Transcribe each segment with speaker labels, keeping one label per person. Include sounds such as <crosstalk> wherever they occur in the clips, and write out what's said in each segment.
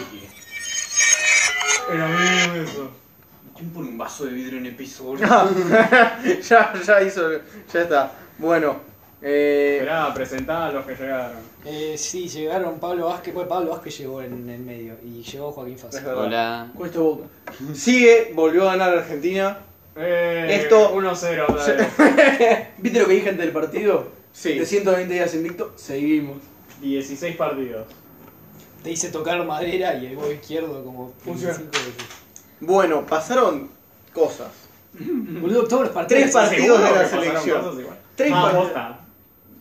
Speaker 1: estúpido.
Speaker 2: Era mío eso.
Speaker 1: ¿Quién pone un vaso de vidrio en el piso, boludo?
Speaker 3: <laughs> ya, ya hizo, ya está. Bueno, eh,
Speaker 2: Esperá, presentá a los que llegaron.
Speaker 4: Eh, sí, llegaron Pablo Vázquez. Bueno, Pablo Vázquez llegó en el medio y llegó Joaquín
Speaker 3: es
Speaker 4: Fácil.
Speaker 3: verdad.
Speaker 5: Hola.
Speaker 3: Cuesta Boca. Sigue, volvió a ganar Argentina.
Speaker 2: Eh,
Speaker 3: Esto- <laughs>
Speaker 2: 1-0, otra vez.
Speaker 6: ¿Viste lo que dije antes del partido?
Speaker 3: Sí.
Speaker 6: De 120 días invicto, seguimos.
Speaker 2: 16 partidos.
Speaker 4: Te hice tocar madera y el huevo izquierdo como
Speaker 6: Funciona.
Speaker 4: 25 veces.
Speaker 3: Bueno, pasaron cosas.
Speaker 4: Boludo, todos los Mm. partidos.
Speaker 3: Tres partidos
Speaker 2: Seguro
Speaker 3: de la
Speaker 2: que pasaron
Speaker 3: selección.
Speaker 2: cosas igual.
Speaker 3: Tres
Speaker 2: ah,
Speaker 3: partidos.
Speaker 2: posta,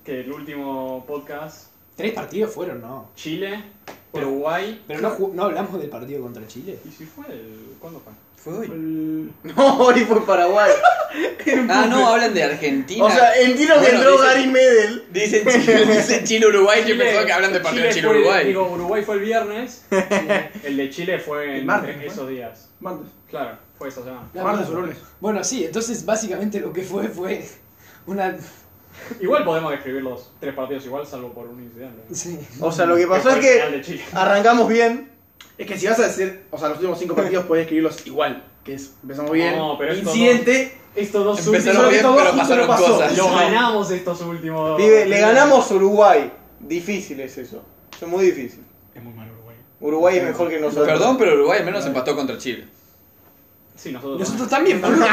Speaker 2: Que el último podcast,
Speaker 4: Tres partidos fueron, no.
Speaker 2: Chile, Uruguay.
Speaker 4: Pero no, ju- no hablamos del partido contra Chile.
Speaker 2: ¿Y si fue? el- ¿Cuándo fue?
Speaker 5: ¿Fue hoy?
Speaker 6: Mm.
Speaker 2: El...
Speaker 3: <laughs> No, hoy
Speaker 6: <laughs>
Speaker 3: fue Paraguay.
Speaker 5: Ah, no, hablan de Argentina.
Speaker 3: O sea, el tiro que
Speaker 5: Bueno,
Speaker 3: entró
Speaker 5: dice-
Speaker 3: Gary Medel.
Speaker 2: <laughs>
Speaker 5: Dicen Chile, dicen Chile Uruguay, yo pensaba que hablan de partido Chile
Speaker 2: fue-
Speaker 5: Uruguay.
Speaker 2: Digo, Uruguay fue el
Speaker 3: <laughs>
Speaker 2: viernes. el de Chile fue
Speaker 6: El
Speaker 2: en
Speaker 6: martes, ¿no
Speaker 2: esos días.
Speaker 6: Martes.
Speaker 2: Claro, fue esa semana.
Speaker 6: Martes o lunes.
Speaker 4: Bueno, sí, entonces básicamente lo que fue fue una.
Speaker 2: Igual podemos describir los tres partidos igual, salvo por un incidente.
Speaker 4: Sí.
Speaker 3: O sea, lo que pasó
Speaker 2: fue
Speaker 3: es
Speaker 2: el final
Speaker 3: que
Speaker 2: de Chile.
Speaker 3: arrancamos bien.
Speaker 6: Es que si vas a decir, o sea, los últimos 5 partidos podés escribirlos igual. Que es, empezamos bien.
Speaker 2: No, pero estos
Speaker 6: Incidente.
Speaker 2: Estos dos
Speaker 5: Empezaron
Speaker 2: últimos.
Speaker 5: bien,
Speaker 6: todo
Speaker 5: pero
Speaker 6: justo
Speaker 5: pasaron
Speaker 6: no pasó.
Speaker 5: cosas.
Speaker 2: Lo ganamos estos últimos.
Speaker 3: Pibe, le ganamos a Uruguay. Difícil es eso. Es muy difícil.
Speaker 2: Es muy malo Uruguay.
Speaker 3: Uruguay es mejor que nosotros.
Speaker 5: Perdón, pero Uruguay al menos empató contra Chile.
Speaker 2: Sí, nosotros.
Speaker 4: Nosotros también, <laughs> boludo.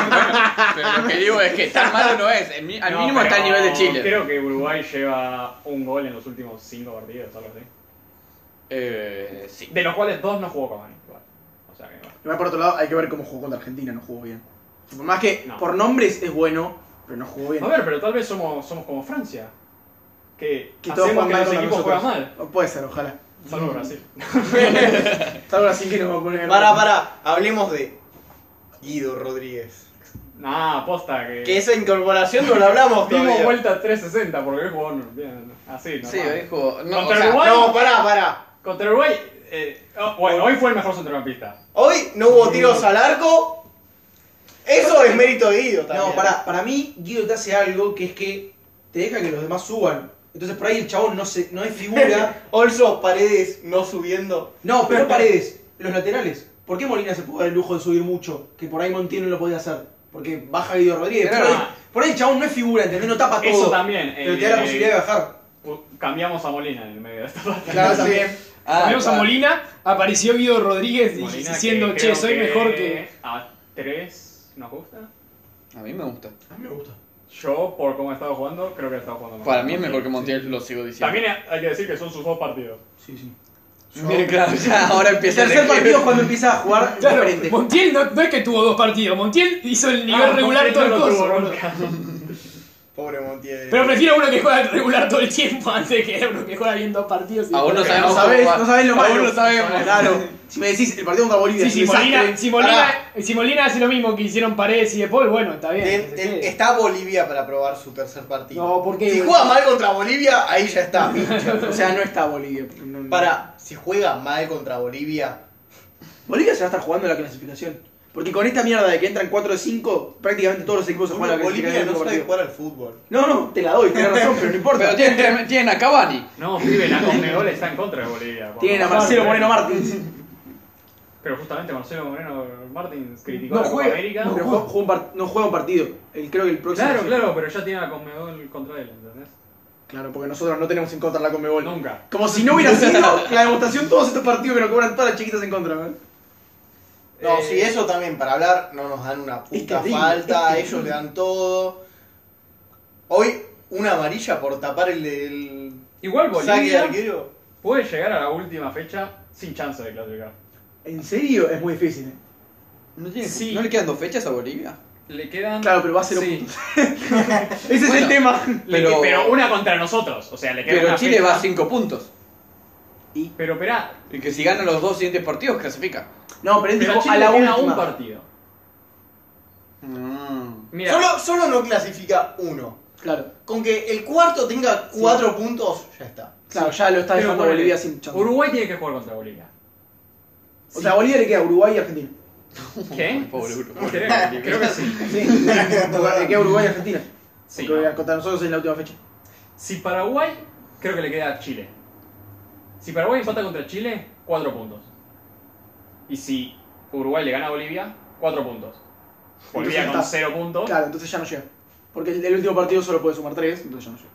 Speaker 5: Pero lo que digo es que
Speaker 2: <laughs>
Speaker 5: tan malo no es. el mi- Al
Speaker 2: Ah. No,
Speaker 5: mínimo está al
Speaker 2: pero
Speaker 5: nivel de Chile.
Speaker 2: Creo que Uruguay lleva un gol en los últimos cinco partidos, algo así.
Speaker 5: Eh, sí.
Speaker 2: De los cuales dos no jugó Cavani. igual. O sea que bueno.
Speaker 6: Igual, por otro lado, hay que ver cómo jugó contra Argentina, no jugó bien. Por más que
Speaker 2: No.
Speaker 6: por nombres es bueno, pero no jugó bien.
Speaker 2: A ver, pero tal vez somos, somos como Francia. Que,
Speaker 6: que todos
Speaker 2: hacemos
Speaker 6: juegan
Speaker 2: que
Speaker 6: mal
Speaker 2: los
Speaker 6: contra
Speaker 2: equipos juegan
Speaker 6: nosotros.
Speaker 2: mal.
Speaker 6: No puede ser, ojalá.
Speaker 2: Salvo Brasil.
Speaker 6: Salvo así que nos va a poner.
Speaker 3: Pará, pará. Hablemos de Guido Rodríguez.
Speaker 2: Nah, aposta que.
Speaker 3: Que esa incorporación no la
Speaker 6: <laughs>
Speaker 3: hablamos
Speaker 2: Dimos
Speaker 3: todavía.
Speaker 2: vuelta 360 porque hoy jugó no, bien, así, ¿no?
Speaker 5: Sí, ahí jugó. No, o
Speaker 2: Contra
Speaker 5: sea,
Speaker 2: Uruguay.
Speaker 3: No, pará, pará.
Speaker 2: Contra Uruguay. eh, oh, bueno, hoy fue el mejor centrocampista.
Speaker 3: Hoy no hubo tiros al arco. Eso es mérito de Guido también.
Speaker 6: No,
Speaker 3: <laughs>
Speaker 6: para, para mí, Guido te hace algo que es que te deja que los demás suban. Entonces por ahí el chabón no, se, no es figura.
Speaker 3: Olso, paredes no subiendo.
Speaker 6: No, pero no paredes, los laterales. ¿Por qué Molina se pudo dar el lujo de subir mucho? Que por ahí Montiel no lo podía hacer. Porque baja Guido Rodríguez. Por
Speaker 2: Pero-
Speaker 6: ahí, por ahí el chabón no es figura, ¿entendés? No tapa todo.
Speaker 2: Eso también.
Speaker 6: Pero
Speaker 2: el-
Speaker 6: te da la
Speaker 2: el-
Speaker 6: posibilidad de bajar.
Speaker 2: pu- Cambiamos a Molina en el medio de esta parte.
Speaker 3: Claro, sí.
Speaker 5: ah,
Speaker 4: Cambiamos a
Speaker 5: pa-
Speaker 4: Molina, apareció Guido Rodríguez y-
Speaker 2: Molina,
Speaker 4: diciendo,
Speaker 2: que
Speaker 4: che,
Speaker 2: creo
Speaker 4: soy mejor que.
Speaker 2: A 3 nos gusta.
Speaker 5: A mí me gusta.
Speaker 6: A mí me gusta.
Speaker 2: Yo, por cómo he estado jugando, creo que he estado jugando mejor.
Speaker 5: Para mí es mejor que Montiel, lo sigo diciendo.
Speaker 2: También hay que decir que son sus dos partidos.
Speaker 6: Sí, sí.
Speaker 5: <laughs> Mira, claro,
Speaker 2: <laughs>
Speaker 5: ya ahora
Speaker 6: El
Speaker 5: empieza
Speaker 6: tercer
Speaker 5: declive.
Speaker 6: partido es cuando empieza a jugar
Speaker 4: Claro,
Speaker 6: diferente.
Speaker 4: Montiel no, no es que tuvo dos partidos, Montiel hizo el nivel
Speaker 2: Ah,
Speaker 4: regular
Speaker 2: Montiel
Speaker 4: todo el
Speaker 2: no lo
Speaker 4: coso.
Speaker 2: tuvo
Speaker 4: boludo.
Speaker 2: nunca.
Speaker 3: Pobre Montiel.
Speaker 4: Pero prefiero uno que juega regular todo el tiempo antes que uno que juega bien dos partidos. y-
Speaker 5: Aún no sabemos.
Speaker 6: No sabés-
Speaker 5: cómo va.
Speaker 6: no sabés lo malo.
Speaker 5: Aún no sabemos.
Speaker 6: Claro, si me decís el partido contra Bolivia
Speaker 4: Sí,
Speaker 6: es
Speaker 4: si
Speaker 6: un
Speaker 4: Molina,
Speaker 6: desastre.
Speaker 4: si, Molina,
Speaker 3: Pará.
Speaker 4: si Molina hace lo mismo que hicieron Paredes y De Paul, bueno, está bien.
Speaker 3: Ten-
Speaker 4: no sé
Speaker 3: ten-
Speaker 4: qué.
Speaker 3: está Bolivia para probar su tercer partido.
Speaker 4: No, ¿por qué?
Speaker 3: Si juega mal contra Bolivia, ahí ya
Speaker 6: <laughs>
Speaker 3: está.
Speaker 6: O sea, no está Bolivia. No, no.
Speaker 3: Para, si juega mal contra Bolivia,
Speaker 6: Bolivia se va a estar jugando la clasificación. Porque con esta mierda de que entran 4 de 5, prácticamente todos los equipos se juegan la
Speaker 3: Bolivia
Speaker 6: clasificación.
Speaker 3: no
Speaker 6: en el
Speaker 3: sabe
Speaker 6: mismo partido.
Speaker 3: jugar al fútbol.
Speaker 6: No, no, te la doy, tenés razón, pero no importa.
Speaker 5: Pero tienen, trem- tienen a Cavani.
Speaker 2: No, pibe, la Conmebol está en contra de Bolivia.
Speaker 6: Tienen a Marcelo Moreno Martins.
Speaker 2: Pero justamente Marcelo Moreno Martins criticó
Speaker 6: No
Speaker 2: a la Copa
Speaker 6: juega,
Speaker 2: América.
Speaker 6: no, pero juega- juega un par- no juega un partido. El- creo que el próximo.
Speaker 2: Claro, claro, pero ya tiene la Conmebol contra él, ¿entendés?
Speaker 6: Claro, porque nosotros no tenemos en contra la Conmebol.
Speaker 2: Nunca.
Speaker 6: Como si no hubiera sido la demostración todos estos partidos que nos cobran todas las chiquitas en contra. ¿eh?
Speaker 3: No,
Speaker 2: Eh,
Speaker 3: sí, eso también, para hablar, no nos dan una
Speaker 6: Es
Speaker 3: puta
Speaker 6: terrible,
Speaker 3: falta,
Speaker 6: es
Speaker 3: ellos le dan todo. Hoy, una amarilla por tapar el del
Speaker 2: Igual
Speaker 3: saque de
Speaker 2: Bolivia
Speaker 3: arquero.
Speaker 2: puede llegar a la última fecha sin chance de clasificar.
Speaker 6: En serio, es muy difícil. ¿eh?
Speaker 5: ¿No, tiene-
Speaker 2: Sí.
Speaker 5: ¿No le quedan dos fechas a Bolivia?
Speaker 2: Le quedan.
Speaker 6: Claro, pero va a ser un
Speaker 2: Sí.
Speaker 6: <laughs> Ese es
Speaker 5: Bueno.
Speaker 6: el tema.
Speaker 2: Le-
Speaker 5: Pero-
Speaker 2: Pero... una contra nosotros. O sea, le queda
Speaker 5: Pero
Speaker 2: una
Speaker 5: Chile
Speaker 2: fecha.
Speaker 5: va a cinco puntos.
Speaker 2: Pero espera,
Speaker 5: Y que si gana los dos siguientes partidos, clasifica.
Speaker 6: No, pero él
Speaker 2: pero
Speaker 6: dijo
Speaker 2: Chile
Speaker 6: a la
Speaker 2: le queda un
Speaker 6: última.
Speaker 2: partido.
Speaker 5: Mm.
Speaker 2: Mira,
Speaker 3: Solo, solo no clasifica uno.
Speaker 6: Claro,
Speaker 3: Con que el cuarto tenga cuatro puntos, ya está.
Speaker 6: claro, ya lo está
Speaker 2: pero
Speaker 6: dejando
Speaker 2: ponele,
Speaker 6: Bolivia sin chance.
Speaker 2: Uruguay tiene que jugar contra Bolivia.
Speaker 6: O sea, a Bolivia le queda Uruguay y Argentina.
Speaker 2: ¿Qué?
Speaker 5: Ay, pobre Uruguay.
Speaker 2: Creo, creo que sí.
Speaker 6: <laughs> Sí. le queda Uruguay y Argentina.
Speaker 2: Sí,
Speaker 6: porque
Speaker 2: no.
Speaker 6: contra nosotros es la última fecha.
Speaker 2: Si Paraguay, creo que le queda a Chile. Si Paraguay empata contra Chile, cuatro puntos. Y si Uruguay le gana a Bolivia, 4 puntos. Bolivia
Speaker 6: Entonces
Speaker 2: con 0
Speaker 6: está-
Speaker 2: puntos.
Speaker 6: Claro, entonces ya no llega. Porque el, el último partido solo puede sumar 3, entonces ya no llega.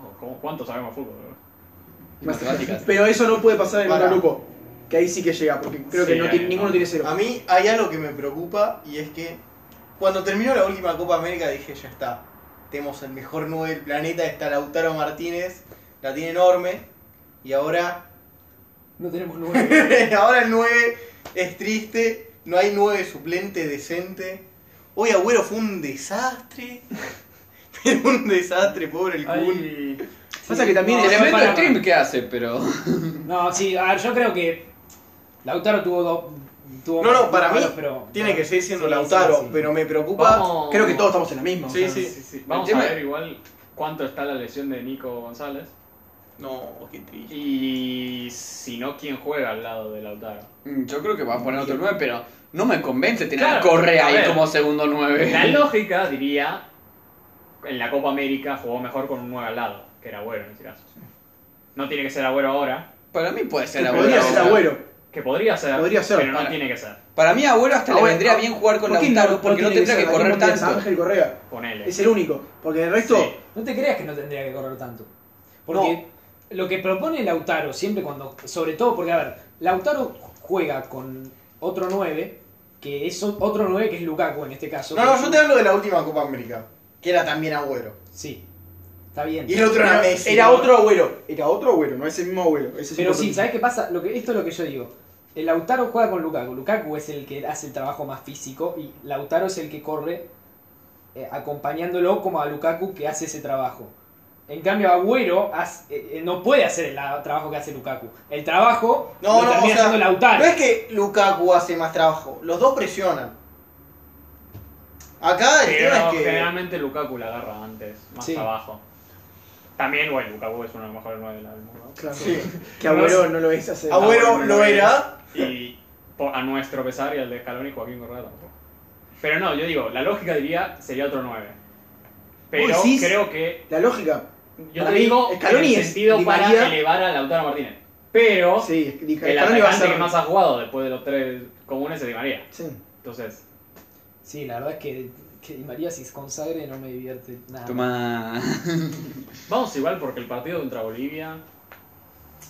Speaker 2: Ojo, ¿cómo- ¿Cuánto sabemos de fútbol? bro?
Speaker 5: Matemáticas.
Speaker 6: Pero eso no puede pasar en
Speaker 3: Pará.
Speaker 6: otro grupo. Que ahí sí que llega, porque creo
Speaker 2: Sí,
Speaker 6: que no
Speaker 2: ahí
Speaker 6: tiene-
Speaker 2: no.
Speaker 6: ninguno tiene cero.
Speaker 3: A mí hay algo que me preocupa y es que cuando terminó la última Copa América dije, ya está, tenemos el mejor 9 del planeta, está Lautaro Martínez, la tiene enorme y ahora,
Speaker 4: No tenemos nueve.
Speaker 3: <laughs> ahora el 9 es triste, no hay 9 suplente decente. Hoy Agüero fue un desastre, <laughs> pero un desastre, pobre el Kun.
Speaker 2: Ay,
Speaker 6: Pasa que también
Speaker 4: no,
Speaker 6: el-
Speaker 5: El
Speaker 4: para-
Speaker 5: evento stream que hace, pero.
Speaker 4: No, sí, a ver, yo creo que Lautaro tuvo dos. tuvo
Speaker 3: No, no,
Speaker 4: dos
Speaker 3: para mí
Speaker 4: malos, pero-
Speaker 3: tiene que seguir siendo
Speaker 4: Sí,
Speaker 3: Lautaro,
Speaker 4: sí, sí.
Speaker 3: pero me preocupa.
Speaker 2: Vamos-
Speaker 6: Creo que todos estamos en la misma. o
Speaker 3: Sí,
Speaker 6: sea,
Speaker 3: sí.
Speaker 2: Sí, sí. Vamos
Speaker 5: El
Speaker 2: a
Speaker 5: tema-
Speaker 2: ver igual cuánto está la lesión de Nico González.
Speaker 3: No, qué triste.
Speaker 2: Y si no, ¿quién juega al lado de
Speaker 3: <laughs>
Speaker 2: Lautaro?
Speaker 5: Mm, Yo creo que va a poner otro 9, pero no me convence tener a
Speaker 2: Claro,
Speaker 5: Correa
Speaker 2: a
Speaker 5: ahí
Speaker 2: ver.
Speaker 5: como segundo 9.
Speaker 2: La lógica diría, en la Copa América jugó mejor con un 9 al lado, que era Agüero en ese caso. No tiene que ser Agüero ahora,
Speaker 5: Para mí puede ser
Speaker 6: que
Speaker 5: Agüero.
Speaker 6: Podría ser
Speaker 5: ahora.
Speaker 6: Agüero.
Speaker 2: que podría ser,
Speaker 6: Podría ser,
Speaker 2: pero no
Speaker 5: para.
Speaker 2: tiene que ser.
Speaker 5: Para mí Agüero hasta
Speaker 6: Agüero,
Speaker 5: le vendría
Speaker 6: no.
Speaker 5: bien jugar con
Speaker 6: ¿Por qué
Speaker 5: Lautaro porque no
Speaker 6: tiene
Speaker 5: tendría que
Speaker 6: ser?
Speaker 5: correr
Speaker 6: Daniel Montiel,
Speaker 5: tanto.
Speaker 6: Ángel Correa
Speaker 2: Ponele.
Speaker 6: es el único. Porque el resto.
Speaker 2: Sí.
Speaker 4: No te creas que no tendría que correr tanto. Porque lo que propone Lautaro siempre cuando. Sobre todo porque, a ver, Lautaro juega con otro 9, que es o- otro 9 que es Lukaku en este caso.
Speaker 3: No, no, yo te hablo de la última Copa América, que era también Agüero.
Speaker 4: Sí, está bien.
Speaker 3: Y el otro era
Speaker 6: Era,
Speaker 3: Messi.
Speaker 6: era
Speaker 3: ¿no?
Speaker 6: otro abuelo. Era otro abuelo, no ese mismo abuelo. Ese es
Speaker 4: Pero
Speaker 6: otro.
Speaker 4: sí, ¿sabes qué pasa? Lo que, esto es lo que yo digo. El Lautaro juega con Lukaku. Lukaku es el que hace el trabajo más físico y Lautaro es el que corre eh, acompañándolo como a Lukaku que hace ese trabajo. En cambio, Agüero hace- eh, eh, no puede hacer el la- trabajo que hace Lukaku. El trabajo lo
Speaker 3: No, no, o
Speaker 4: termina
Speaker 3: sea,
Speaker 4: haciendo Lautaro.
Speaker 3: No es que Lukaku hace más trabajo, los dos presionan. Acá el
Speaker 2: Pero
Speaker 3: tema es que.
Speaker 2: generalmente Lukaku la agarra antes, más
Speaker 4: Sí.
Speaker 2: abajo. También, bueno, Lukaku es uno de los mejores 9 del mundo.
Speaker 6: Claro.
Speaker 3: Sí.
Speaker 6: Que abuelo no lo es hace.
Speaker 3: Agüero
Speaker 2: no
Speaker 3: lo
Speaker 2: lo
Speaker 3: era.
Speaker 2: Y por- a nuestro pesar y al de Scaloni y Joaquín Correa tampoco. Pero no, yo digo, la lógica diría sería otro 9. Pero
Speaker 6: Uy, sí.
Speaker 2: creo que
Speaker 6: La lógica.
Speaker 2: yo
Speaker 6: Para
Speaker 2: te
Speaker 6: mí,
Speaker 2: digo en
Speaker 6: Scaloni
Speaker 2: el
Speaker 6: es
Speaker 2: sentido
Speaker 6: Di
Speaker 2: para
Speaker 6: María.
Speaker 2: elevar a Lautaro Martínez. Pero
Speaker 6: Sí, dije,
Speaker 2: el
Speaker 6: Scaloni va a
Speaker 2: atacante
Speaker 6: ser-
Speaker 2: que más ha jugado después de los tres comunes es Di María.
Speaker 6: Sí.
Speaker 2: Entonces,
Speaker 4: Sí, la verdad es que, que Di María si se consagre no me divierte nada.
Speaker 5: Toma.
Speaker 2: vamos igual porque el partido contra Bolivia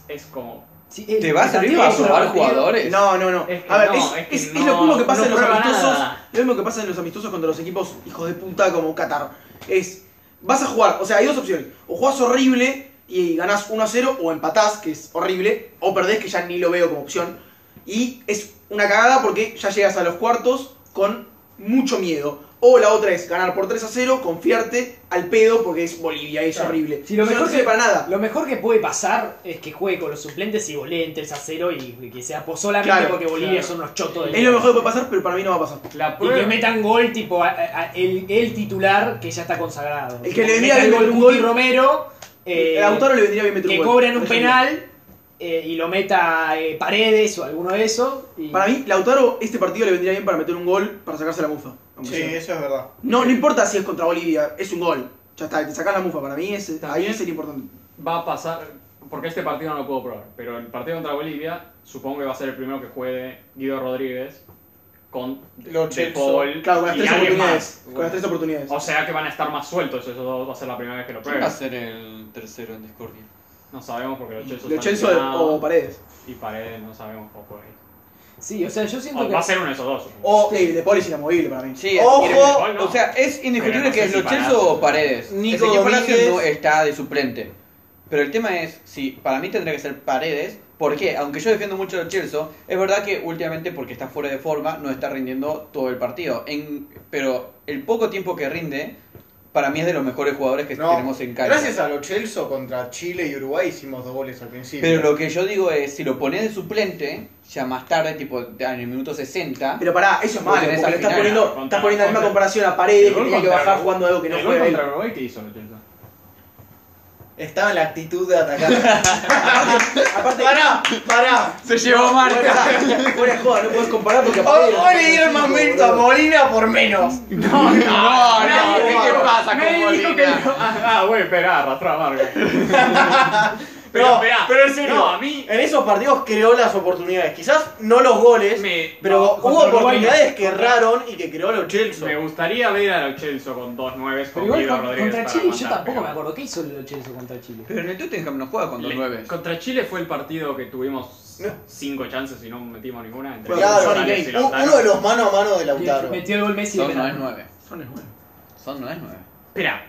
Speaker 2: es como
Speaker 4: Sí, eh,
Speaker 5: ¿Te va a
Speaker 4: el
Speaker 5: servir
Speaker 4: partido
Speaker 5: para
Speaker 4: es otro
Speaker 5: sumar
Speaker 4: partido.
Speaker 5: jugadores?
Speaker 6: No, no, no.
Speaker 2: Es que
Speaker 6: a ver,
Speaker 2: no,
Speaker 6: es,
Speaker 2: es que
Speaker 6: es- es
Speaker 2: no,
Speaker 6: lo mismo que pasa
Speaker 2: no
Speaker 6: en los
Speaker 2: prueba
Speaker 6: amistosos.
Speaker 2: nada.
Speaker 6: Lo mismo que pasa en los amistosos contra los equipos hijos de puta como Qatar. Es. Vas a jugar, o sea, hay dos opciones. O jugás horrible y ganás 1 a 0, o empatás, que es horrible, o perdés, que ya ni lo veo como opción. Y es una cagada porque ya llegas a los cuartos con mucho miedo. O la otra es ganar por 3 a 0, confiarte al pedo porque es Bolivia, es
Speaker 2: Claro.
Speaker 6: horrible.
Speaker 4: Si lo
Speaker 6: Eso no
Speaker 4: mejor
Speaker 6: te sirve
Speaker 4: que-
Speaker 6: para nada.
Speaker 4: Lo mejor que puede pasar es que juegue con los suplentes y golee en 3 a 0 y, y que sea po- solamente
Speaker 6: Claro,
Speaker 4: porque Bolivia
Speaker 2: claro.
Speaker 4: son unos chotos de
Speaker 6: Es lo mejor que puede pasar, pero para mí no va a pasar.
Speaker 2: la
Speaker 4: Y que
Speaker 2: prueba.
Speaker 4: metan gol tipo a- a- a- el, el titular que ya está consagrado.
Speaker 6: El que le venía
Speaker 4: Metan
Speaker 6: bien
Speaker 4: gol
Speaker 6: meter un
Speaker 4: Cuti
Speaker 6: gol.
Speaker 4: Romero eh,
Speaker 6: el autor le vendría bien meter un
Speaker 4: que
Speaker 6: gol,
Speaker 4: cobran un
Speaker 6: por ejemplo.
Speaker 4: penal eh, y lo meta eh, Paredes o alguno de esos. y-
Speaker 6: Para mí, Lautaro, este partido le vendría bien para meter un gol, para sacarse la mufa. aunque
Speaker 3: Sí,
Speaker 6: sea.
Speaker 3: eso es verdad.
Speaker 6: No, no importa si es contra Bolivia, es un gol. Ya está, te sacás la mufa. Para mí, es, ahí
Speaker 2: También-
Speaker 6: sería importante.
Speaker 2: va a pasar, porque este partido no lo puedo probar, pero el partido contra Bolivia supongo que va a ser el primero que juegue Guido Rodríguez con
Speaker 3: Lo
Speaker 2: De
Speaker 3: Celso.
Speaker 2: Paul
Speaker 6: Claro, con las
Speaker 2: y
Speaker 6: tres
Speaker 2: alguien
Speaker 6: oportunidades.
Speaker 2: más.
Speaker 6: Con las tres oportunidades.
Speaker 2: O sea que van a estar más sueltos esos dos, va a ser la primera vez que lo
Speaker 5: ¿Quién va a
Speaker 2: prueben.
Speaker 5: ser el tercero en Discordia?
Speaker 2: No sabemos porque los Chelsea
Speaker 6: Lo
Speaker 2: están
Speaker 6: Chelsea o,
Speaker 2: lesionados
Speaker 6: o Paredes.
Speaker 2: y Paredes no sabemos cómo juega.
Speaker 4: Sí, o sea, yo siento
Speaker 2: O
Speaker 4: que.
Speaker 2: va a ser uno de esos dos.
Speaker 6: O sí, De Paul es inamovible para mí.
Speaker 5: Sí,
Speaker 3: Ojo,
Speaker 5: quiere meter
Speaker 2: gol, ¿no?
Speaker 5: o sea, es indiscutible
Speaker 2: Pero no
Speaker 5: que
Speaker 2: sé
Speaker 5: es
Speaker 2: si
Speaker 5: Lo
Speaker 2: Palacios-
Speaker 5: Celso o Paredes.
Speaker 3: Nico
Speaker 5: Ezequiel Palacios
Speaker 3: Domínguez-
Speaker 5: no está de suplente. Pero el tema es, si para mí tendría que ser Paredes, ¿por qué? Aunque yo defiendo mucho a Lo Celso, es verdad que últimamente porque está fuera de forma no está rindiendo todo el partido. En, pero el poco tiempo que rinde, para mí es de los mejores jugadores que
Speaker 3: No.
Speaker 5: tenemos en cancha.
Speaker 3: Gracias a lo Chelsea contra Chile y Uruguay hicimos dos goles al principio.
Speaker 5: Pero lo que yo digo es, si lo pones de suplente, ya más tarde, tipo en el minuto 60,
Speaker 6: Pero pará, eso es
Speaker 5: Porque
Speaker 6: malo,
Speaker 5: en esa
Speaker 6: porque le estás
Speaker 5: final,
Speaker 6: poniendo,
Speaker 2: contra-
Speaker 6: estás poniendo la misma
Speaker 2: contra-
Speaker 6: comparación a Paredes, que tenía que bajar jugando algo que no juega él.
Speaker 2: contra Uruguay que hizo los Chelsea.
Speaker 3: Estaba en la actitud de <laughs> atacar.
Speaker 6: Aparte,
Speaker 3: pará, pará.
Speaker 5: se llevó marca.
Speaker 6: fuera- fuera de joda, no podés comparar porque a Paredes...
Speaker 3: Hoy le dieron más
Speaker 6: boludo.
Speaker 3: mérito a Molina por menos.
Speaker 2: No, no, Ah,
Speaker 5: no, no, ¿qué
Speaker 2: no.
Speaker 5: pasa con
Speaker 2: Me dijo
Speaker 5: Molina?
Speaker 2: que no. Ah, ah, güey, espera, arrastró a Marco.
Speaker 3: Pero,
Speaker 2: Pero,
Speaker 3: No,
Speaker 2: espera,
Speaker 3: pero en serio.
Speaker 2: No, a mí
Speaker 3: En esos partidos creó las oportunidades. Quizás no los goles,
Speaker 2: me,
Speaker 3: pero
Speaker 4: No,
Speaker 3: hubo
Speaker 4: contra Uruguay
Speaker 3: oportunidades
Speaker 4: no.
Speaker 3: que erraron y que creó los Chelsea.
Speaker 2: me gustaría ver a Lochelso con dos nueves
Speaker 4: Pero
Speaker 2: con
Speaker 4: igual
Speaker 2: Guido
Speaker 4: con-
Speaker 2: Rodríguez.
Speaker 4: contra
Speaker 2: para
Speaker 4: Chile yo
Speaker 2: aguantar,
Speaker 4: tampoco
Speaker 2: pero-
Speaker 4: me acuerdo. ¿Qué hizo el Chelsea contra Chile?
Speaker 5: Pero en el Tottenham no juega con dos
Speaker 2: Le-
Speaker 5: nueve.
Speaker 2: Contra Chile fue el partido que tuvimos
Speaker 3: No.
Speaker 2: cinco chances y no metimos ninguna. Entre
Speaker 3: Claro,
Speaker 2: González
Speaker 3: Johnny
Speaker 2: y
Speaker 3: Gay.
Speaker 2: Lautaro.
Speaker 3: uno de los mano a mano de Lautaro.
Speaker 4: Metió el gol Messi de
Speaker 5: Son no es
Speaker 4: penal.
Speaker 5: nueve.
Speaker 3: Son el bueno.
Speaker 5: Son no es nueve.
Speaker 2: Espera,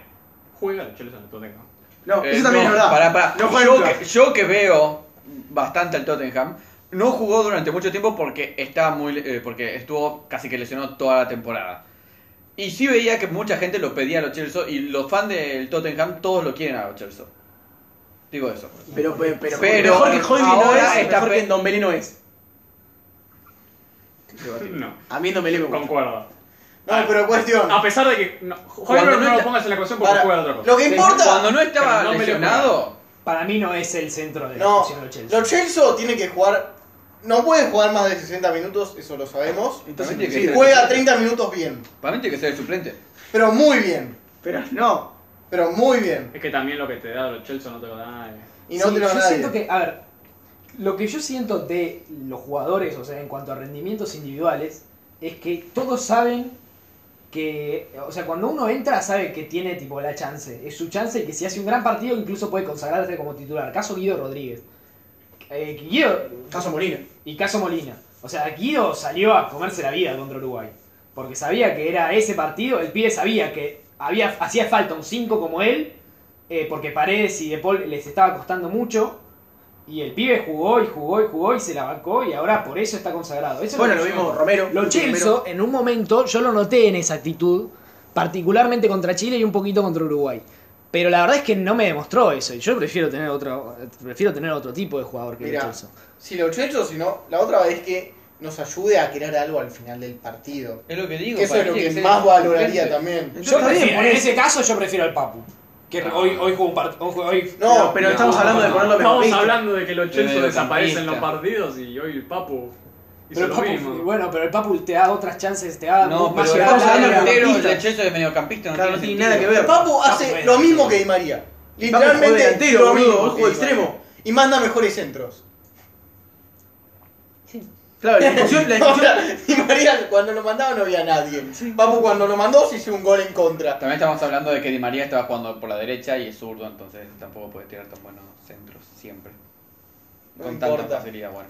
Speaker 2: juega Lochelso en el Tottenham.
Speaker 3: No,
Speaker 5: Eh,
Speaker 3: eso también
Speaker 5: no,
Speaker 3: es verdad.
Speaker 5: pará, pará.
Speaker 3: No juega
Speaker 5: yo,
Speaker 3: nunca.
Speaker 5: que, yo que veo bastante al Tottenham, no jugó durante mucho tiempo porque estaba muy eh, porque estuvo casi que lesionado toda la temporada. Y sí veía que mucha gente lo pedía a los Chelsea y los fans del Tottenham todos lo quieren a los Chelsea. Digo eso.
Speaker 3: Pero, pero, pero,
Speaker 5: Pero
Speaker 3: mejor que Hoylund no
Speaker 5: ahora
Speaker 3: es,
Speaker 5: está
Speaker 3: mejor
Speaker 5: pe-
Speaker 3: que Ndombele no es.
Speaker 2: No,
Speaker 3: A mí Ndombele me gusta.
Speaker 2: concuerdo.
Speaker 3: No, pero cuestión.
Speaker 4: Ah,
Speaker 2: A pesar de que. No, Hoylund
Speaker 5: Cuando no
Speaker 2: no lo
Speaker 5: está-
Speaker 2: pongas en la ecuación porque
Speaker 3: Para-
Speaker 2: juega otra cosa.
Speaker 3: lo que importa.
Speaker 5: Cuando no estaba
Speaker 2: Pero no me lo
Speaker 5: lesionado,
Speaker 4: Para mí no es el centro de la
Speaker 3: No,
Speaker 4: discusión los Chelsea.
Speaker 3: los Chelsea tienen que jugar. No pueden jugar más de 60 minutos, eso lo sabemos.
Speaker 5: Entonces,
Speaker 3: Sí,
Speaker 5: ¿qué-
Speaker 3: juega 30 minutos bien.
Speaker 5: para mí tiene que ser el suplente.
Speaker 3: Pero muy bien.
Speaker 6: Pero no.
Speaker 3: Pero muy bien.
Speaker 2: Es que también lo que te da los Chelsea no te lo da nadie.
Speaker 3: Y no
Speaker 4: Sí,
Speaker 3: te lo
Speaker 4: yo
Speaker 3: da nadie.
Speaker 4: siento que, a ver, lo que yo siento de los jugadores, o sea, en cuanto a rendimientos individuales, es que todos saben que, o sea, cuando uno entra sabe que tiene tipo la chance, es su chance y que si hace un gran partido incluso puede consagrarse como titular. Caso Guido Rodríguez. Eh, Guido,
Speaker 3: Caso Molina.
Speaker 4: y Caso Molina. O sea, Guido salió a comerse la vida contra Uruguay. Porque sabía que era ese partido, el pibe sabía que había, hacía falta un 5 como él, eh, porque Paredes y De Paul les estaba costando mucho. Y el pibe jugó y jugó y jugó y se la bancó y ahora por eso está consagrado. Eso es
Speaker 3: Bueno,
Speaker 4: que
Speaker 3: lo
Speaker 4: yo
Speaker 3: mismo
Speaker 4: noto.
Speaker 3: Romero.
Speaker 4: Lo Chelsea,
Speaker 3: Romero.
Speaker 4: en un momento, yo lo noté en esa actitud, particularmente contra Chile y un poquito contra Uruguay. Pero la verdad es que no me demostró eso. Y yo prefiero tener otro, prefiero tener otro tipo de jugador que
Speaker 3: Mirá.
Speaker 4: Lo Chelsea.
Speaker 3: Si los Chelsea, si no, la otra vez que nos ayude a crear algo al final del partido.
Speaker 5: Es lo que digo.
Speaker 3: Que eso
Speaker 5: para
Speaker 3: es lo
Speaker 5: mí tiene
Speaker 3: que
Speaker 5: ser
Speaker 3: más
Speaker 5: el
Speaker 3: valoraría
Speaker 5: suplente.
Speaker 3: también.
Speaker 4: Yo
Speaker 6: Está bien,
Speaker 4: prefiero,
Speaker 6: ponés-
Speaker 4: en ese caso yo prefiero al Papu. Que
Speaker 5: No.
Speaker 4: hoy, hoy jugó un partido. Hoy,
Speaker 3: No, pero,
Speaker 6: pero
Speaker 3: estamos
Speaker 6: no,
Speaker 3: hablando de
Speaker 6: no,
Speaker 3: ponerlo mejor.
Speaker 2: Estamos
Speaker 3: visto.
Speaker 2: hablando de que los Chelsea
Speaker 5: Mediocampista.
Speaker 2: desaparecen en los partidos y hoy el Papu hizo
Speaker 4: pero el
Speaker 2: lo
Speaker 4: Papu-
Speaker 2: mismo.
Speaker 4: bueno, pero el Papu te da otras chances, te da
Speaker 5: No, pero
Speaker 4: más
Speaker 5: el
Speaker 4: llegadas.
Speaker 3: estamos hablando de
Speaker 5: delantero, el
Speaker 3: mediocampista.
Speaker 5: de Chelsea de mediocampista no
Speaker 6: Claro, no
Speaker 5: tiene
Speaker 6: tiene nada que
Speaker 5: sentido.
Speaker 6: ver.
Speaker 3: Papu hace
Speaker 4: bueno.
Speaker 3: lo mismo que Di María.
Speaker 6: juega
Speaker 3: Literalmente
Speaker 6: delantero,
Speaker 3: lo mismo.
Speaker 6: boludo,
Speaker 3: que
Speaker 6: juega
Speaker 3: Di María.
Speaker 6: extremo.
Speaker 3: Y manda mejores centros.
Speaker 6: Claro, la discusión, la discusión-
Speaker 3: <laughs> Ahora, Di María cuando lo mandaba no había nadie. Papu cuando lo mandó se hizo un gol
Speaker 5: <laughs>
Speaker 3: en contra. <laughs>
Speaker 5: También estamos hablando de que Di María estaba jugando por la derecha y es zurdo, entonces tampoco puede tirar tan buenos centros siempre.
Speaker 3: No
Speaker 5: Con tanta
Speaker 3: importa.
Speaker 5: facilidad,
Speaker 3: <laughs>
Speaker 5: bueno.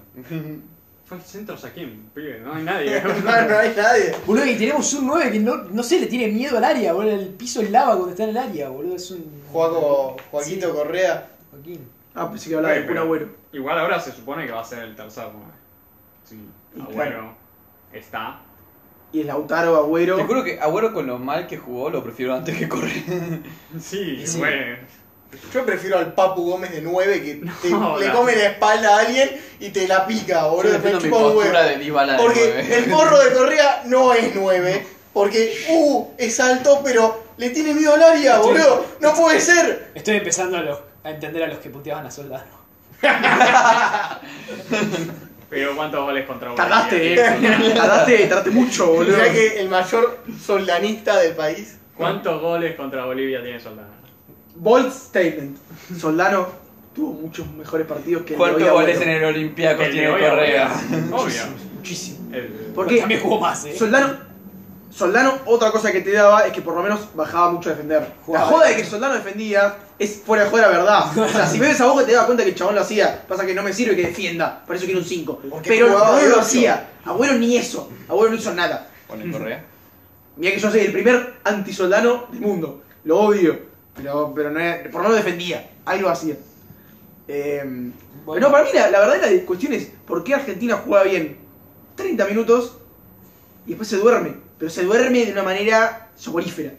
Speaker 2: Fue el centro Saquim, pibe, no hay
Speaker 3: <laughs>
Speaker 2: nadie.
Speaker 3: No, no hay nadie.
Speaker 4: Boludo, y tenemos un 9 que no, no sé, le tiene miedo al área, boludo. El piso es lava cuando está en el área, boludo. Es un.
Speaker 3: Juaco, Joaquito
Speaker 4: Sí.
Speaker 3: Correa.
Speaker 4: Joaquín.
Speaker 6: Ah, pensé que hablaba de
Speaker 2: Pero-
Speaker 6: un agüero.
Speaker 2: Igual ahora se supone que va a ser el tercer nueve. Sí,
Speaker 6: Y
Speaker 2: Agüero
Speaker 6: claro.
Speaker 2: está. <laughs>
Speaker 6: Y el Lautaro, agüero.
Speaker 5: Te juro que Agüero con lo mal que jugó lo prefiero antes que correr.
Speaker 2: Sí,
Speaker 4: Y sí.
Speaker 2: bueno.
Speaker 3: Yo prefiero al Papu Gómez de 9 que te-
Speaker 2: No,
Speaker 3: le
Speaker 2: la-
Speaker 3: come la espalda a alguien y te la pica, boludo. me
Speaker 5: mi
Speaker 3: chupa un
Speaker 5: postura
Speaker 3: huevo.
Speaker 5: de Dybala de
Speaker 3: Porque
Speaker 5: nueve.
Speaker 3: el morro de Correa no es 9. Porque, uh, es alto, pero le tiene miedo al área,
Speaker 4: Estoy-
Speaker 3: boludo. No puede ser.
Speaker 4: Estoy empezando a, los- a entender a los que puteaban a Soldado.
Speaker 2: Pero cuántos goles contra Bolivia.
Speaker 6: Tardaste,
Speaker 2: tiene?
Speaker 6: eh. tardaste, tardaste mucho,
Speaker 3: <laughs>
Speaker 6: boludo.
Speaker 3: Mirá que el mayor soldanista del país.
Speaker 2: ¿Cuántos goles contra Bolivia tiene Soldado?
Speaker 6: Bold statement. Soldano tuvo muchos mejores partidos que el de hoy,
Speaker 5: ¿Cuántos
Speaker 6: Agüero.
Speaker 5: goles en el Olympiacos
Speaker 2: de
Speaker 5: tiene
Speaker 2: hoy,
Speaker 5: Correa? <laughs>
Speaker 2: Agüero. Obvio.
Speaker 6: Muchísimo.
Speaker 2: El-
Speaker 6: ¿Por qué?
Speaker 4: También jugó más, eh.
Speaker 6: Soldano. Soldano, otra cosa que te daba es que por lo menos bajaba mucho a defender.
Speaker 4: Jugaba
Speaker 6: la joda de
Speaker 4: bien.
Speaker 6: que Soldano defendía es fuera de joda la verdad. O sea, si ves a Boca te das cuenta que el chabón lo hacía. Pasa que no me sirve que defienda, por eso quiero un 5.
Speaker 3: Porque
Speaker 6: Pero
Speaker 3: jugaba
Speaker 6: no
Speaker 3: de
Speaker 6: lo
Speaker 3: ocho.
Speaker 6: hacía. Agüero ni eso. Agüero no hizo nada.
Speaker 5: Con el
Speaker 3: <laughs>
Speaker 5: Correa.
Speaker 6: Mira que yo soy el primer antisoldano del mundo. Lo odio. Pero, pero no era- por lo menos defendía. Algo hacía. Eh,
Speaker 4: Bueno.
Speaker 6: No, para mí la, la verdadera cuestión es por qué Argentina juega bien 30 minutos y después se duerme. Pero se duerme de una manera soporífera.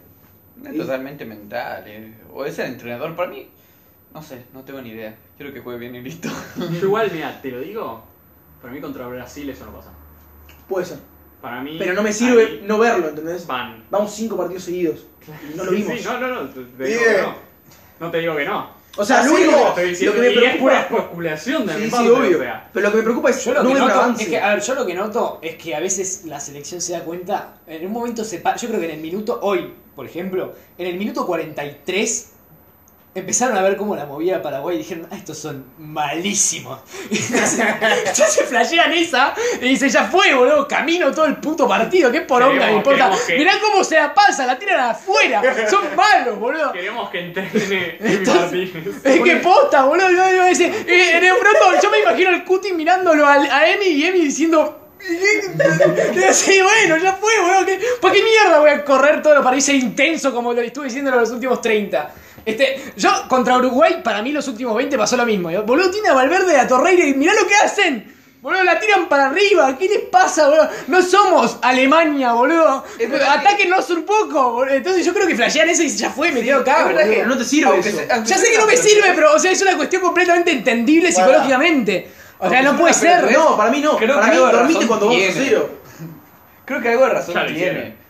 Speaker 5: No es totalmente mental, eh. O es el entrenador para mí. No sé, no tengo ni idea. Quiero que juegue bien y listo. <laughs>
Speaker 2: Yo igual, mira, te lo digo. Para mí contra Brasil eso no pasa.
Speaker 6: Puede ser.
Speaker 2: Para mí.
Speaker 6: Pero no me sirve
Speaker 2: ahí
Speaker 6: no verlo, ¿entendés?
Speaker 2: Van.
Speaker 6: Vamos cinco partidos seguidos. y No lo
Speaker 2: Sí,
Speaker 6: vimos.
Speaker 2: sí, no, no, no. Te te digo
Speaker 3: Vive.
Speaker 2: que no. No te digo que no.
Speaker 6: O sea, lo
Speaker 3: Así
Speaker 6: único
Speaker 3: como
Speaker 2: Estoy
Speaker 6: lo
Speaker 2: diciendo
Speaker 6: que me
Speaker 2: y es pura
Speaker 6: preocupa.
Speaker 2: especulación de mi
Speaker 6: Sí, sí,
Speaker 2: parte,
Speaker 6: obvio.
Speaker 2: o sea.
Speaker 6: Pero lo que me preocupa es
Speaker 4: Yo lo
Speaker 6: no
Speaker 4: que
Speaker 6: ver un
Speaker 4: noto
Speaker 6: pues, avance.
Speaker 4: es que, ah, a ver, yo lo que noto es que a veces la selección se da cuenta, en un momento se para, yo creo que en el minuto, hoy, por ejemplo, en el minuto 43, empezaron a ver cómo la movía Paraguay y dijeron, ah, estos son malísimos. <laughs> Entonces se flashean esa y dice, ya fue, boludo, camino todo el puto partido, qué poronga me
Speaker 2: Queremos-
Speaker 4: importa.
Speaker 2: queremos que-
Speaker 4: Mirá cómo se la pasa, la tiran afuera, son malos, boludo.
Speaker 2: Queremos que entrene Emi
Speaker 4: Entonces-
Speaker 2: Martínez.
Speaker 4: Es que posta, boludo, yo digo ese, eh, en el pronto, yo me imagino el cuti mirándolo al- a Emi y Emi diciendo... Sí, bueno, ya fue, boludo. ¿qué- ¿Para qué mierda voy a correr todo para irse intenso como lo estuve diciendo en los últimos 30? Este, yo contra Uruguay, para mí los últimos 20 pasó lo mismo. Yo, Boludo, tiene a Valverde, a Torreira y mirá lo que hacen. Boludo, la tiran para arriba. ¿Qué les pasa, boludo? No somos Alemania, boludo. Atáquenos un poco. boludo. Entonces yo creo que flashean eso y dicen, ya fue, me quedo acá.
Speaker 6: Es verdad
Speaker 4: boludo.
Speaker 6: que no te sirve
Speaker 5: Aunque
Speaker 6: eso.
Speaker 5: se- aunque
Speaker 4: Ya sé
Speaker 5: sea
Speaker 4: que no
Speaker 5: una
Speaker 4: me
Speaker 5: pelotudez.
Speaker 4: sirve, pero o sea, es una cuestión completamente entendible
Speaker 3: Para.
Speaker 4: psicológicamente. O sea, no puede ser.
Speaker 6: No, para mí no.
Speaker 5: Creo
Speaker 6: para
Speaker 5: que
Speaker 6: mí
Speaker 5: algo de
Speaker 6: dormiste
Speaker 5: razón
Speaker 6: cuando vos sos
Speaker 5: tiene.
Speaker 6: cero.
Speaker 5: Creo que algo de razón
Speaker 2: Ya lo
Speaker 5: tiene.
Speaker 2: hicieron.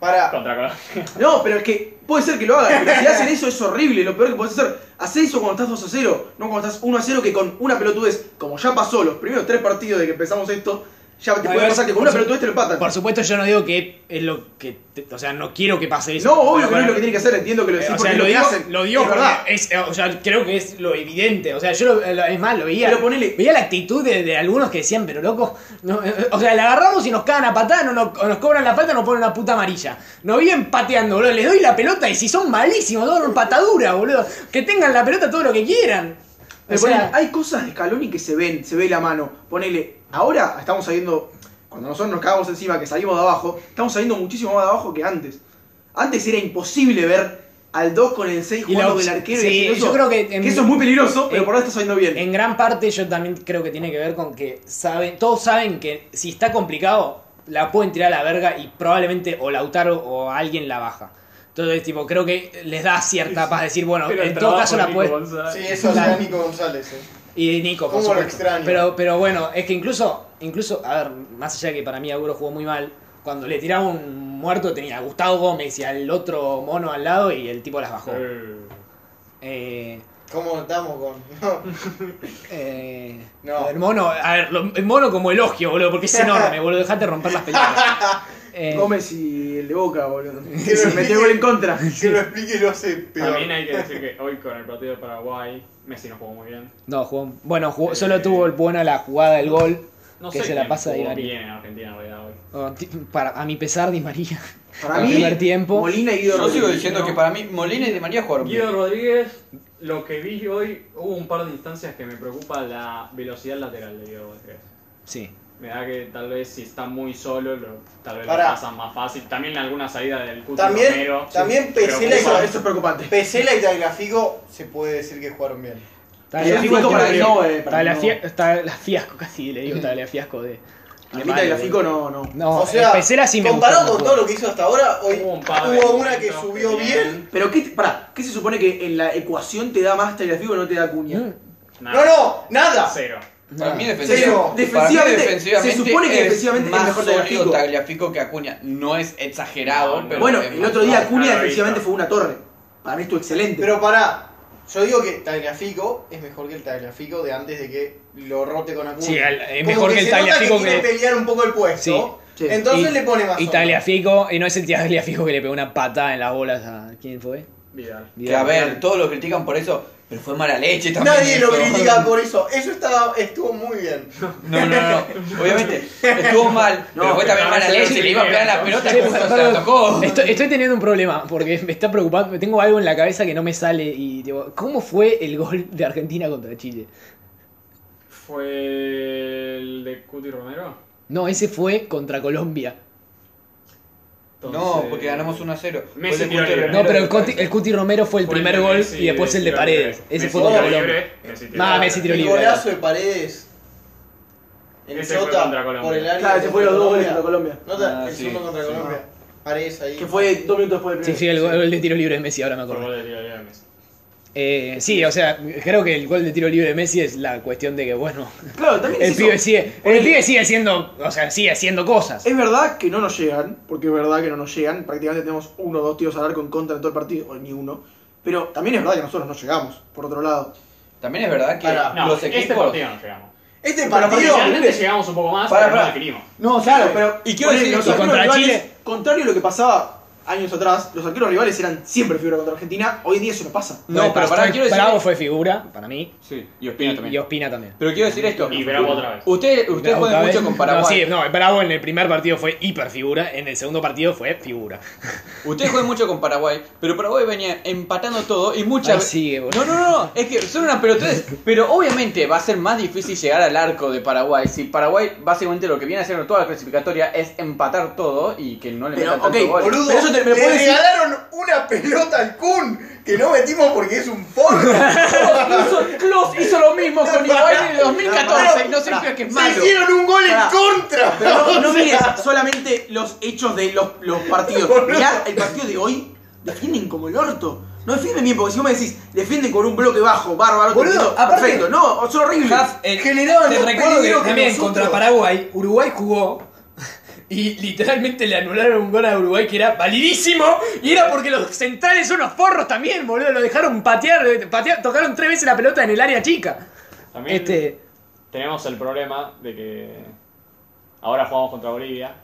Speaker 3: Para.
Speaker 2: Contra
Speaker 4: <laughs>
Speaker 2: Colombia.
Speaker 6: No, pero es que puede ser que lo hagan. Pero si hacen eso es horrible. Lo peor que puedes hacer, hacer eso cuando estás 2 a 0. No cuando estás 1 a 0, que con una pelotudez, como ya pasó los primeros tres partidos de que empezamos esto, ya te
Speaker 4: A
Speaker 6: puede
Speaker 4: ver,
Speaker 6: pasar que con
Speaker 4: por
Speaker 6: una
Speaker 4: su-
Speaker 6: pelotudez te lo empatan.
Speaker 4: Por supuesto, yo no digo que es lo que. te- o sea, no quiero que pase eso.
Speaker 6: No, obvio que no
Speaker 4: Bueno,
Speaker 6: es lo que tiene que hacer. Entiendo que lo decís
Speaker 4: eh, O
Speaker 6: porque
Speaker 4: sea,
Speaker 6: es lo
Speaker 4: lo
Speaker 6: que
Speaker 4: digo,
Speaker 6: hacen.
Speaker 4: lo digo
Speaker 6: Es
Speaker 4: porque
Speaker 6: verdad.
Speaker 4: es- o sea, creo que es lo evidente. O sea, yo lo, lo- es más, lo veía.
Speaker 6: Pero ponele-
Speaker 4: Veía la actitud de, de algunos que decían, pero loco, no, eh, o sea, la agarramos y nos cagan a patada, no, nos- o nos cobran la falta, nos ponen una puta amarilla. Nos vienen pateando, boludo. Les doy la pelota y si son malísimos, todos patadura, boludo. Que tengan la pelota todo lo que quieran. O
Speaker 6: Pero ponele,
Speaker 4: sea,
Speaker 6: hay cosas de Scaloni que se ven, se ve la mano. Ponele, ahora estamos saliendo, cuando nosotros nos cagamos encima, que salimos de abajo, estamos saliendo muchísimo más de abajo que antes. Antes era imposible ver al 2 con el 6
Speaker 4: Y la
Speaker 6: jugando
Speaker 4: opción-
Speaker 6: del arquero. y
Speaker 4: sí,
Speaker 6: haciendo
Speaker 4: yo
Speaker 6: eso,
Speaker 4: creo que en-
Speaker 6: eso es muy peligroso, pero
Speaker 4: en-
Speaker 6: por ahora está saliendo bien.
Speaker 4: En gran parte yo también creo que tiene que ver con que saben, todos saben que si está complicado, la pueden tirar a la verga y probablemente o Lautaro o alguien la baja. Entonces, tipo, creo que les da cierta paz decir, bueno,
Speaker 2: <laughs> Pero el
Speaker 4: en todo
Speaker 2: trabajo
Speaker 4: caso
Speaker 2: de
Speaker 4: la
Speaker 2: Nico
Speaker 4: puede...
Speaker 2: González.
Speaker 3: Sí, eso
Speaker 4: Claro.
Speaker 3: era Nico González. eh.
Speaker 4: Y Nico, por
Speaker 3: ¿Cómo lo
Speaker 4: supuesto.
Speaker 3: extraño?
Speaker 4: Pero, pero bueno, es que incluso, incluso, a ver, más allá de que para mí Aguro jugó muy mal, cuando le tiraba un muerto tenía a Gustavo Gómez y al otro mono al lado y el tipo las bajó.
Speaker 2: Eh,
Speaker 4: Eh,
Speaker 3: ¿Cómo estamos con.? No.
Speaker 4: Eh,
Speaker 3: No.
Speaker 4: El mono, a ver, lo- el mono como elogio, boludo, porque es enorme, boludo, dejate romper las pelotas.
Speaker 3: <laughs>
Speaker 4: Eh,
Speaker 6: Gómez y el de Boca,
Speaker 4: <laughs>
Speaker 6: boludo.
Speaker 3: Sí.
Speaker 6: Se metió el gol en contra.
Speaker 3: Que lo explique y lo hace peor.
Speaker 2: También hay que decir que hoy con el partido de Paraguay, Messi no jugó muy bien.
Speaker 4: no, jugó, bueno, jugó- solo
Speaker 2: Eh,
Speaker 4: tuvo el buena la jugada del gol,
Speaker 2: No
Speaker 4: que
Speaker 2: sé
Speaker 4: se la
Speaker 2: quién
Speaker 4: pasa de
Speaker 2: jugó
Speaker 4: Ibarri.
Speaker 2: bien en Argentina en realidad hoy.
Speaker 4: Oh, ti- Para, a mi pesar, Di María. <laughs>
Speaker 6: Para
Speaker 4: El
Speaker 6: mí,
Speaker 4: primer tiempo.
Speaker 6: Molina y Guido
Speaker 5: Yo sigo
Speaker 6: Rodríguez.
Speaker 5: diciendo que para mí Molina y Di María jugaron bien.
Speaker 2: Guido Rodríguez, lo que vi hoy, hubo un par de instancias que me preocupa la velocidad lateral de Guido Rodríguez.
Speaker 4: Sí.
Speaker 2: Me da que tal vez si está muy solo, lo- tal vez lo
Speaker 3: Pará.
Speaker 2: pasan más fácil. También alguna salida del Cuti
Speaker 3: También-
Speaker 2: Romero.
Speaker 3: también
Speaker 2: Sí,
Speaker 3: pensé
Speaker 2: preocupa.
Speaker 3: la
Speaker 6: Eso, eso es preocupante.
Speaker 3: Pesela y Tagliafico se puede decir que jugaron bien.
Speaker 6: Tagliafico
Speaker 4: Tagliafico
Speaker 6: para mí
Speaker 4: creo
Speaker 6: no,
Speaker 4: que-
Speaker 6: eh, para mí no.
Speaker 4: Tagliafia- Tagliafiasco, casi le digo Tagliafiasco de...
Speaker 6: A mí Tagliafico no, no.
Speaker 4: No,
Speaker 3: o sea,
Speaker 4: Pesela sí me
Speaker 3: comparado
Speaker 4: gustó
Speaker 3: con todo lo que hizo hasta ahora, hoy
Speaker 2: Hubo un par de
Speaker 3: hubo una que
Speaker 2: momentos
Speaker 3: subió
Speaker 2: que
Speaker 3: bien.
Speaker 6: Pero qué, te- pará, ¿qué se supone que en la ecuación te da más Tagliafico y no te da Cuña?
Speaker 4: Mm,
Speaker 2: Nada,
Speaker 3: No, no, nada.
Speaker 2: Cero.
Speaker 5: Para mí,
Speaker 6: Cero.
Speaker 5: defensiva- para mí
Speaker 6: Defensivamente,
Speaker 5: defensivamente
Speaker 6: se supone que
Speaker 5: es
Speaker 6: defensivamente es
Speaker 5: más
Speaker 6: mejor
Speaker 5: sólido
Speaker 6: Tagliafico.
Speaker 5: Tagliafico que Acuña. No es exagerado,
Speaker 2: No, no.
Speaker 5: pero
Speaker 6: Bueno,
Speaker 5: es
Speaker 6: el
Speaker 5: más
Speaker 6: otro día
Speaker 5: sólido.
Speaker 6: Acuña
Speaker 2: claro,
Speaker 6: defensivamente
Speaker 2: ahí está.
Speaker 6: fue una torre. Para mí estuvo excelente.
Speaker 3: Pero pará, yo digo que Tagliafico es mejor que el Tagliafico de antes de que lo rote con Acuña.
Speaker 4: Sí, el- es
Speaker 3: Como
Speaker 4: mejor que el
Speaker 3: se nota
Speaker 4: Tagliafico
Speaker 3: quiere
Speaker 4: que-
Speaker 3: pelear un poco el puesto.
Speaker 6: Sí, sí.
Speaker 3: Entonces
Speaker 4: Y-
Speaker 3: le pone más.
Speaker 4: Y
Speaker 3: onda.
Speaker 4: Tagliafico, Mm. y no es el Tagliafico que le pegó una patada en las bolas a... ¿Quién fue?
Speaker 2: Vidal.
Speaker 5: Que a ver, todos lo critican por eso, pero fue mala leche también.
Speaker 3: Nadie lo
Speaker 5: eso.
Speaker 3: critica por eso. Eso estaba, estuvo muy bien.
Speaker 5: <laughs> No, no, no. Obviamente, estuvo mal,
Speaker 6: No,
Speaker 5: pero fue
Speaker 2: pero
Speaker 5: también
Speaker 2: ahora
Speaker 5: mala
Speaker 2: se
Speaker 5: leche. Le iba a pegar la
Speaker 2: critica,
Speaker 5: pelota
Speaker 4: Sí,
Speaker 5: y justo se
Speaker 4: perdón.
Speaker 5: la
Speaker 6: <laughs>
Speaker 5: tocó.
Speaker 4: Estoy, estoy teniendo un problema porque me está preocupando. Tengo algo en la cabeza que no me sale. y digo, ¿Cómo fue el gol de Argentina contra Chile?
Speaker 2: Fue el de Cuti Romero.
Speaker 4: No, ese fue contra Colombia.
Speaker 5: No, porque ganamos 1 a 0.
Speaker 2: Messi
Speaker 5: Fue de
Speaker 2: tiró
Speaker 5: Cuti
Speaker 2: libre.
Speaker 4: No,
Speaker 5: Romero.
Speaker 4: pero el Cuti, el Cuti Romero fue el
Speaker 2: Fue
Speaker 4: primer
Speaker 2: de
Speaker 4: gol
Speaker 2: Messi
Speaker 4: y después el de
Speaker 2: tiro libre.
Speaker 4: Paredes. Ese
Speaker 2: Messi
Speaker 4: fue
Speaker 2: tiro
Speaker 4: contra
Speaker 2: libre,
Speaker 4: Colombia.
Speaker 2: Messi tiro
Speaker 4: Nah,
Speaker 2: libre.
Speaker 4: Messi <laughs> tiro
Speaker 3: El
Speaker 4: libre.
Speaker 3: golazo de paredes. El
Speaker 2: Ese fue contra
Speaker 3: Chota
Speaker 2: Colombia.
Speaker 3: por el área.
Speaker 6: Claro, se
Speaker 3: de
Speaker 6: fue los dos goles contra Colombia.
Speaker 3: Nota,
Speaker 5: Ah,
Speaker 3: el
Speaker 5: sí,
Speaker 3: segundo contra
Speaker 5: sí.
Speaker 3: Colombia. Paredes ahí.
Speaker 6: Que fue dos minutos después del
Speaker 4: Sí,
Speaker 6: primero.
Speaker 4: sí, el gol el de tiro libre de Messi, ahora me
Speaker 2: Fue
Speaker 4: acuerdo.
Speaker 2: gol de tiro libre de Messi.
Speaker 4: Eh, sí, o sea, creo que el gol de tiro libre de Messi es la cuestión de que, bueno,
Speaker 6: Claro, también es
Speaker 4: el
Speaker 6: eso.
Speaker 4: pibe sigue, el
Speaker 6: Ponele.
Speaker 4: pibe sigue haciendo, o sea, sigue haciendo cosas.
Speaker 6: Es verdad que no nos llegan, porque es verdad que no nos llegan. Prácticamente tenemos uno o dos tiros al arco en contra en todo el partido, o ni uno. Pero también es verdad que nosotros no llegamos, por otro lado.
Speaker 5: También es verdad que
Speaker 3: Pará,
Speaker 2: No,
Speaker 5: los
Speaker 2: este
Speaker 5: equipos.
Speaker 2: partido no llegamos.
Speaker 3: Este
Speaker 6: Pero
Speaker 3: partido.
Speaker 2: Realmente llegamos un poco más,
Speaker 5: Pará,
Speaker 2: pero no
Speaker 5: pará.
Speaker 2: definimos.
Speaker 6: No, claro, pero.
Speaker 5: Y quiero
Speaker 6: ponele,
Speaker 5: decir
Speaker 6: los
Speaker 5: esto,
Speaker 6: arqueros
Speaker 4: contra
Speaker 6: rivales,
Speaker 4: Chile-
Speaker 6: Contrario a lo que pasaba años atrás, los arqueros rivales eran siempre figura contra Argentina. Hoy en día eso no pasa.
Speaker 5: No,
Speaker 4: Pues,
Speaker 5: pero
Speaker 7: Pastor
Speaker 5: pará, quiero decir-
Speaker 7: Bravo fue figura, para mí.
Speaker 2: Sí, y Ospina
Speaker 7: Y
Speaker 2: también.
Speaker 7: Ospina también.
Speaker 5: Pero quiero decir esto.
Speaker 2: Y Bravo otra vez.
Speaker 5: Ustedes, ustedes
Speaker 7: Bravo
Speaker 5: juegan
Speaker 7: otra
Speaker 5: mucho
Speaker 7: vez.
Speaker 5: con Paraguay.
Speaker 7: No, sí, no, Bravo en el primer partido fue hiperfigura, en el segundo partido fue figura.
Speaker 5: Ustedes juegan mucho con Paraguay, pero Paraguay venía empatando todo y muchas
Speaker 7: Ahí
Speaker 5: ve-
Speaker 7: sigue, boludo.
Speaker 5: No, no, no, es que son unas <laughs> pelotudes. Pero obviamente va a ser más difícil llegar al arco de Paraguay. Si Paraguay básicamente lo que viene a hacer en toda la clasificatoria es empatar todo y que no le
Speaker 6: Pero,
Speaker 5: metan tanto
Speaker 6: ok,
Speaker 5: gol.
Speaker 6: boludo,
Speaker 5: Pero eso te- me
Speaker 3: Le
Speaker 5: puedes decir-
Speaker 3: regalaron una pelota al Kun que no metimos porque es
Speaker 5: <laughs>
Speaker 3: un forro.
Speaker 5: Klose hizo, Klose hizo lo mismo
Speaker 6: <laughs>
Speaker 5: con Uruguay de 2014 y no
Speaker 6: Pará,
Speaker 5: significa que es
Speaker 6: se
Speaker 5: malo.
Speaker 6: hicieron un gol
Speaker 3: Pará.
Speaker 6: en contra. Pero no, <laughs> no mires solamente los hechos de los, los <laughs> partidos. Mirá el partido de hoy. Defienden como el orto. No defienden bien, porque si vos me decís, defienden con un bloque bajo, bárbaro,
Speaker 3: Boludo,
Speaker 6: te entiendo,
Speaker 3: aparte-
Speaker 6: perfecto. No, son horribles.
Speaker 4: Haf, el-
Speaker 3: Generaban
Speaker 4: te
Speaker 3: un
Speaker 4: recuerdo que
Speaker 3: peligro que
Speaker 4: también
Speaker 3: nosotros-
Speaker 4: contra Paraguay, Uruguay jugó <laughs> y literalmente le anularon un gol a Uruguay que era validísimo
Speaker 7: Y era porque los centrales son unos forros también, boludo. Lo dejaron patear, eh, patear- tocaron tres veces la pelota en el área chica.
Speaker 2: También
Speaker 4: <laughs>
Speaker 7: Este.
Speaker 2: tenemos el problema de que ahora jugamos contra Bolivia,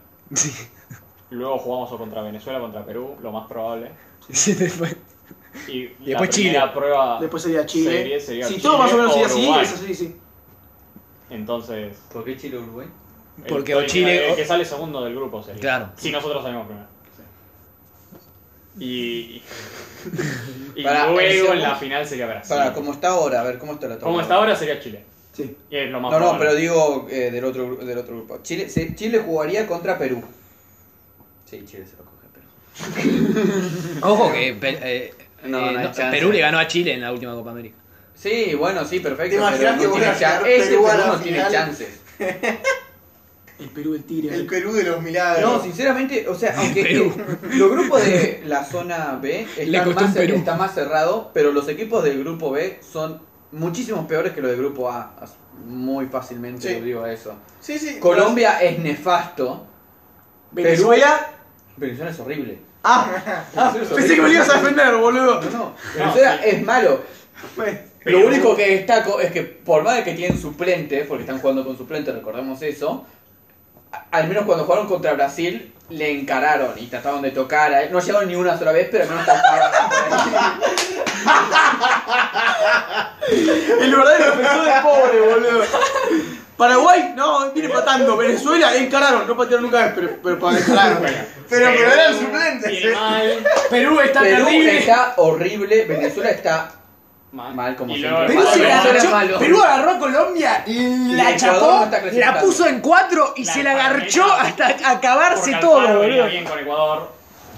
Speaker 2: luego jugamos o contra Venezuela, contra Perú, lo más probable.
Speaker 7: Sí, después-
Speaker 2: Y,
Speaker 7: después Chile.
Speaker 2: La primera prueba.
Speaker 6: Después sería Chile.
Speaker 2: Sería- sería
Speaker 6: si
Speaker 2: Chile
Speaker 6: todo más o menos
Speaker 2: o
Speaker 6: sería así,
Speaker 2: Uruguay.
Speaker 6: eso sí, sí.
Speaker 2: Entonces.
Speaker 1: ¿Por qué Chile Uruguay?
Speaker 2: el-
Speaker 7: Porque
Speaker 2: el,
Speaker 7: o Chile
Speaker 2: El,
Speaker 7: o-
Speaker 2: que sale segundo del grupo sería.
Speaker 7: Claro.
Speaker 2: Si nosotros salimos primero. Y. Y
Speaker 5: Para, el
Speaker 2: luego
Speaker 5: segundo-
Speaker 2: en la final sería Brasil.
Speaker 5: Para, como está ahora, a ver, ¿cómo está la tabla?
Speaker 2: Como está ahora sería Chile.
Speaker 6: Sí.
Speaker 2: Y es lo más
Speaker 5: No, no,
Speaker 2: probable.
Speaker 5: pero digo eh, del, otro, gru- del otro grupo. Chile, se- Chile jugaría contra Perú. Sí, Chile se lo coge, pero.
Speaker 7: Ojo que pe- eh,
Speaker 5: No,
Speaker 7: eh,
Speaker 5: no hay
Speaker 7: no,
Speaker 5: chance.
Speaker 7: Perú le ganó a Chile en la última Copa América.
Speaker 5: Sí, bueno, sí, perfecto.
Speaker 3: ¿Te imaginas
Speaker 5: pero no
Speaker 3: que
Speaker 5: tiene
Speaker 3: vuelva a
Speaker 5: chan-
Speaker 3: llegar
Speaker 5: Ese
Speaker 3: Perú
Speaker 5: Perú
Speaker 3: a la
Speaker 5: no tiene
Speaker 3: final?
Speaker 5: chances.
Speaker 6: El Perú, el Tigre.
Speaker 3: El Perú de los milagros.
Speaker 5: No, sinceramente, o sea, aunque
Speaker 7: Perú.
Speaker 5: los grupos de la zona B
Speaker 7: Le
Speaker 5: están
Speaker 7: costó
Speaker 5: más,
Speaker 7: un Perú.
Speaker 5: está más cerrado, pero los equipos del grupo B son muchísimos peores que los del grupo A. As- Muy fácilmente
Speaker 3: Sí. Eh,
Speaker 5: lo digo eso.
Speaker 3: Sí, sí.
Speaker 5: Colombia es nefasto.
Speaker 6: Venezuela.
Speaker 5: Venezuela es horrible. <laughs>
Speaker 6: Ah, pensé que me lo ibas a defender, boludo.
Speaker 5: No, no, Venezuela es malo.
Speaker 2: Perú.
Speaker 5: Lo único que destaco es que por más de que tienen suplente, porque están jugando con suplente, recordemos eso, a- al menos cuando jugaron contra Brasil le encararon y trataron de tocar, a él. no llegaron ni una sola vez, pero al menos
Speaker 2: <laughs>
Speaker 5: tocaron.
Speaker 6: El verdadero defensor del pobre, boludo. Paraguay, no, viene patando. Venezuela, encararon, no patearon nunca, pero, pero para encararon.
Speaker 2: Bueno,
Speaker 3: Pero- pero eran
Speaker 2: Perú
Speaker 3: suplentes,
Speaker 2: viene
Speaker 3: eh.
Speaker 2: mal,
Speaker 4: Perú está
Speaker 5: Perú
Speaker 4: terrible.
Speaker 5: está horrible, Venezuela está
Speaker 2: mal.
Speaker 5: mal como
Speaker 2: Y
Speaker 5: siempre.
Speaker 2: luego-
Speaker 7: Perú se la
Speaker 5: Venezuela es
Speaker 7: agachó-
Speaker 5: malo.
Speaker 7: Perú agarró a Colombia,
Speaker 5: Y
Speaker 7: la
Speaker 5: Ecuador
Speaker 7: chapó,
Speaker 5: no está
Speaker 7: la
Speaker 5: clasificando.
Speaker 7: puso en cuatro y
Speaker 2: La
Speaker 7: se la
Speaker 2: empanada.
Speaker 7: agarchó hasta
Speaker 2: Porque
Speaker 7: acabarse
Speaker 2: Alfaro
Speaker 7: todo,
Speaker 2: venía
Speaker 7: boludo.
Speaker 2: bien con Ecuador.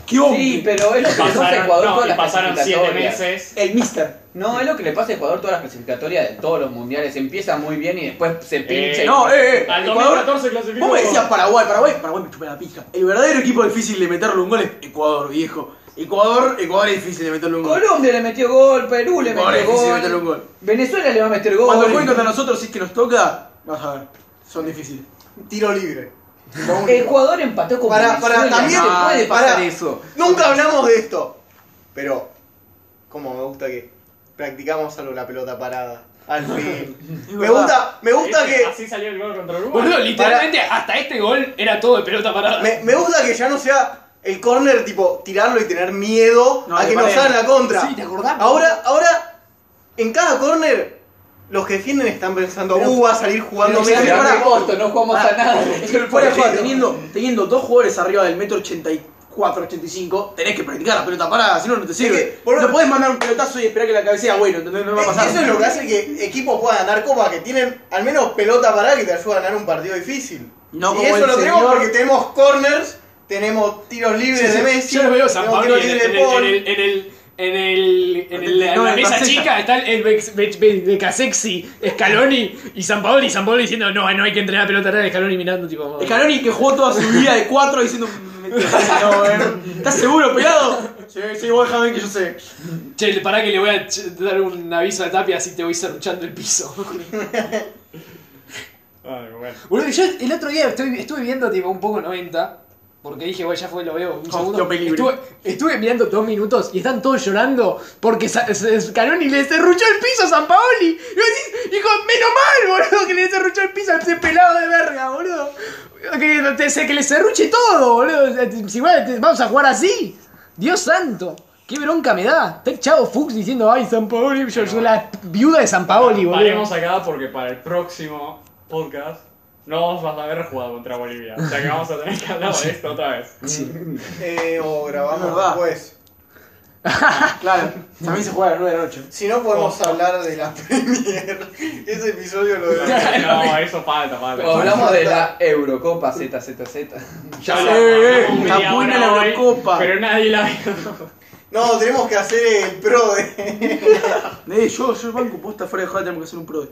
Speaker 6: ¡Qué hombre!
Speaker 5: Sí, pero es lo que le pasa a
Speaker 2: Pasaron,
Speaker 5: Ecuador
Speaker 2: no,
Speaker 5: todas
Speaker 2: y
Speaker 5: las
Speaker 2: pasaron siete
Speaker 5: clasificatorias.
Speaker 2: meses.
Speaker 6: El mister.
Speaker 5: No, es lo que le pasa a Ecuador todas las clasificatorias de todos los mundiales. Empieza muy bien y después se pincha. y-
Speaker 6: no, eh, eh.
Speaker 2: Al
Speaker 6: Ecuador-
Speaker 2: 2014 clasificó.
Speaker 6: Vos me decías Paraguay, Paraguay, Paraguay me chupé la pija. El verdadero equipo difícil de meterle un gol es Ecuador, viejo. Ecuador, Ecuador es difícil de meterle un gol.
Speaker 5: Colombia le metió gol, Perú le
Speaker 6: Ecuador es
Speaker 5: metió
Speaker 6: difícil de meterle
Speaker 5: gol.
Speaker 6: un gol.
Speaker 5: Venezuela le va a meter gol.
Speaker 6: Cuando jueguen contra nosotros, si es que nos toca, vas a ver. Son difíciles.
Speaker 3: Tiro libre. Lo único.
Speaker 5: Ecuador empató con
Speaker 3: Pará,
Speaker 5: Venezuela.
Speaker 3: pará, también-
Speaker 5: no puede
Speaker 3: pará.
Speaker 5: pasar eso.
Speaker 3: Nunca hablamos de esto. Pero, como me gusta que practicamos solo la pelota parada. Al
Speaker 5: <laughs>
Speaker 3: fin. me gusta, me gusta
Speaker 2: Este,
Speaker 3: que.
Speaker 2: Así salió el gol contra Uruguay.
Speaker 4: Boludo, literalmente hasta este gol era todo de pelota parada.
Speaker 3: Me, me gusta que ya no sea el corner tipo tirarlo y tener miedo
Speaker 6: No,
Speaker 3: a
Speaker 6: de
Speaker 3: que nos
Speaker 6: manera.
Speaker 3: hagan la contra.
Speaker 7: Sí, ¿te acordás?
Speaker 3: Ahora, ahora, en cada corner, los que defienden están pensando, uh, va a salir jugando
Speaker 6: pero
Speaker 3: Messi".
Speaker 6: si
Speaker 5: Pero
Speaker 6: pará,
Speaker 5: en agosto no jugamos a
Speaker 6: pará.
Speaker 5: nada.
Speaker 6: Es que fuera de juego, teniendo, teniendo dos jugadores arriba del metro 84, 85, tenés que practicar la pelota parada, si no, no te sirve.
Speaker 3: que, boludo,
Speaker 6: no podés mandar un pelotazo y esperar que la cabecea, bueno, ¿entendés? no va a pasar.
Speaker 3: Eh, Eso es lo que hace que equipos puedan ganar copas, que tienen al menos pelota parada que te ayuda a ganar un partido difícil.
Speaker 6: No
Speaker 3: y
Speaker 6: como
Speaker 3: eso
Speaker 6: el
Speaker 3: lo tenemos
Speaker 6: señor-
Speaker 3: porque tenemos corners, tenemos tiros libres
Speaker 6: Sí, sí,
Speaker 3: de Messi,
Speaker 4: Yo lo veo San
Speaker 3: tenemos
Speaker 4: Pablo en
Speaker 3: tiros
Speaker 4: el,
Speaker 3: libres
Speaker 4: en
Speaker 3: de Paul.
Speaker 4: el, en el, en el- en el- en
Speaker 6: No,
Speaker 4: la
Speaker 6: en
Speaker 4: mesa
Speaker 6: Marsella.
Speaker 4: chica está el Bex- Bex- Bex- Becasexi, Scaloni y San Paolo y San Paolo diciendo no, no hay que entrenar pelota real, Scaloni mirando tipo.
Speaker 6: Scaloni que jugó toda su vida de 4 diciendo. "Mm, me estás- no, eh. ¿Estás seguro, pelado? Sí, sí, vos déjame que yo sé.
Speaker 4: Che, pará que le voy a ch- dar un aviso a Tapia así te voy cerruchando el piso.
Speaker 2: Ay, bueno.
Speaker 4: Boludo, yo el otro día estoy- estuve viendo tipo un poco 90. Porque dije, bueno, ya fue, lo veo
Speaker 2: Oh,
Speaker 4: un segundo.
Speaker 6: Hostia, peligro.
Speaker 4: Estuve, estuve mirando dos minutos y están todos llorando porque Sa- se- se- Scaloni le cerruchó el piso a San Paoli. Y vos decís, hijo, menos mal, boludo, que le cerruchó el piso a ese pelado de verga, boludo. Que, te- se- que le cerruche todo, boludo. O sea, Si igual te- vamos a jugar así.
Speaker 7: Dios santo, qué bronca me da. Está el chavo Fuchs diciendo, ay, San Paoli, yo soy la viuda de
Speaker 4: Ah,
Speaker 7: San Paoli, boludo.
Speaker 2: Paremos acá porque para el próximo podcast no vas a haber jugado contra Bolivia. O sea que vamos a tener que hablar de esto otra
Speaker 4: <laughs>
Speaker 2: vez.
Speaker 3: Eh, o
Speaker 6: Es
Speaker 3: grabamos
Speaker 6: verdad.
Speaker 3: después.
Speaker 6: Claro, también se juega a las 9 de la noche.
Speaker 3: Si no, podemos hablar de la <laughs> Premier. Ese episodio
Speaker 6: <laughs>
Speaker 3: lo de.
Speaker 2: No, eso falta, falta.
Speaker 4: Oh,
Speaker 5: O hablamos de la Eurocopa ZZZ.
Speaker 2: Ya
Speaker 6: sé,
Speaker 4: Eh,
Speaker 2: hablamos media
Speaker 6: está buena
Speaker 2: hora
Speaker 6: la
Speaker 2: hoy,
Speaker 6: Eurocopa.
Speaker 2: Pero nadie la
Speaker 4: <laughs>
Speaker 3: No, tenemos que hacer el pro <laughs> de.
Speaker 6: Eh, yo, yo banco posta fuera de juego tenemos que hacer un pro.